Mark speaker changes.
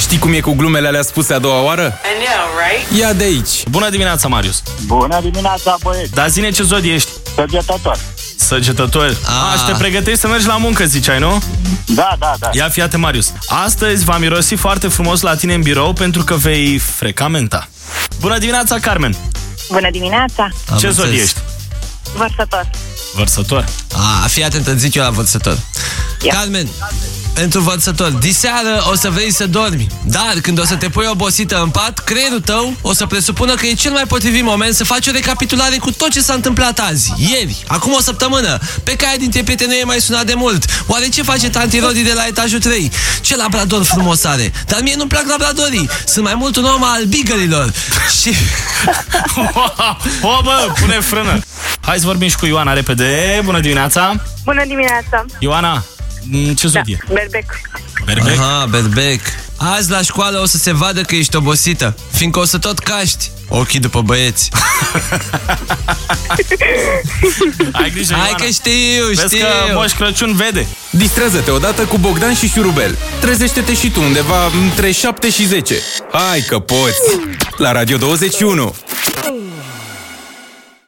Speaker 1: Știi cum e cu glumele alea spuse a doua oară?
Speaker 2: I know, right?
Speaker 1: Ia de aici!
Speaker 3: Bună dimineața, Marius!
Speaker 4: Bună dimineața, băieți!
Speaker 3: Dar zine ce zodie ești?
Speaker 4: Săgetător!
Speaker 3: Săgetător.
Speaker 1: Ah.
Speaker 3: A, și te pregătești să mergi la muncă, ziceai, nu?
Speaker 4: Da, da, da.
Speaker 3: Ia fiate, Marius. Astăzi va mirosi foarte frumos la tine în birou pentru că vei freca menta. Bună dimineața, Carmen!
Speaker 5: Bună dimineața!
Speaker 6: Am
Speaker 3: ce zodie
Speaker 6: înțeles.
Speaker 3: ești?
Speaker 5: Vărsător!
Speaker 3: Vărsător.
Speaker 6: A, fii atent, îți zic eu la vărsător. Carmen, pentru vărsător, diseară o să vrei să dormi, dar când o să te pui obosită în pat, creierul tău o să presupună că e cel mai potrivit moment să faci o recapitulare cu tot ce s-a întâmplat azi, ieri, acum o săptămână, pe care dintre prieteni nu e mai sunat de mult. Oare ce face tanti Rodi de la etajul 3? Ce labrador frumos are! Dar mie nu-mi plac labradorii, sunt mai mult un om al bigărilor. Și...
Speaker 3: o, bă, pune frână! Hai să vorbim și cu Ioana repede. Bună dimineața!
Speaker 5: Bună dimineața!
Speaker 3: Ioana, m, ce zodie?
Speaker 5: Berbec!
Speaker 3: Berbec?
Speaker 6: Da. Aha, berbec. Azi la școală o să se vadă că ești obosită, fiindcă o să tot caști. Ochii după băieți.
Speaker 3: Ai grijă,
Speaker 6: Hai
Speaker 3: Ioana.
Speaker 6: că știu,
Speaker 3: Vezi
Speaker 6: știu.
Speaker 3: că Moș Crăciun vede.
Speaker 1: Distrează-te odată cu Bogdan și Șurubel. Trezește-te și tu undeva între 7 și 10. Hai că poți! La Radio 21!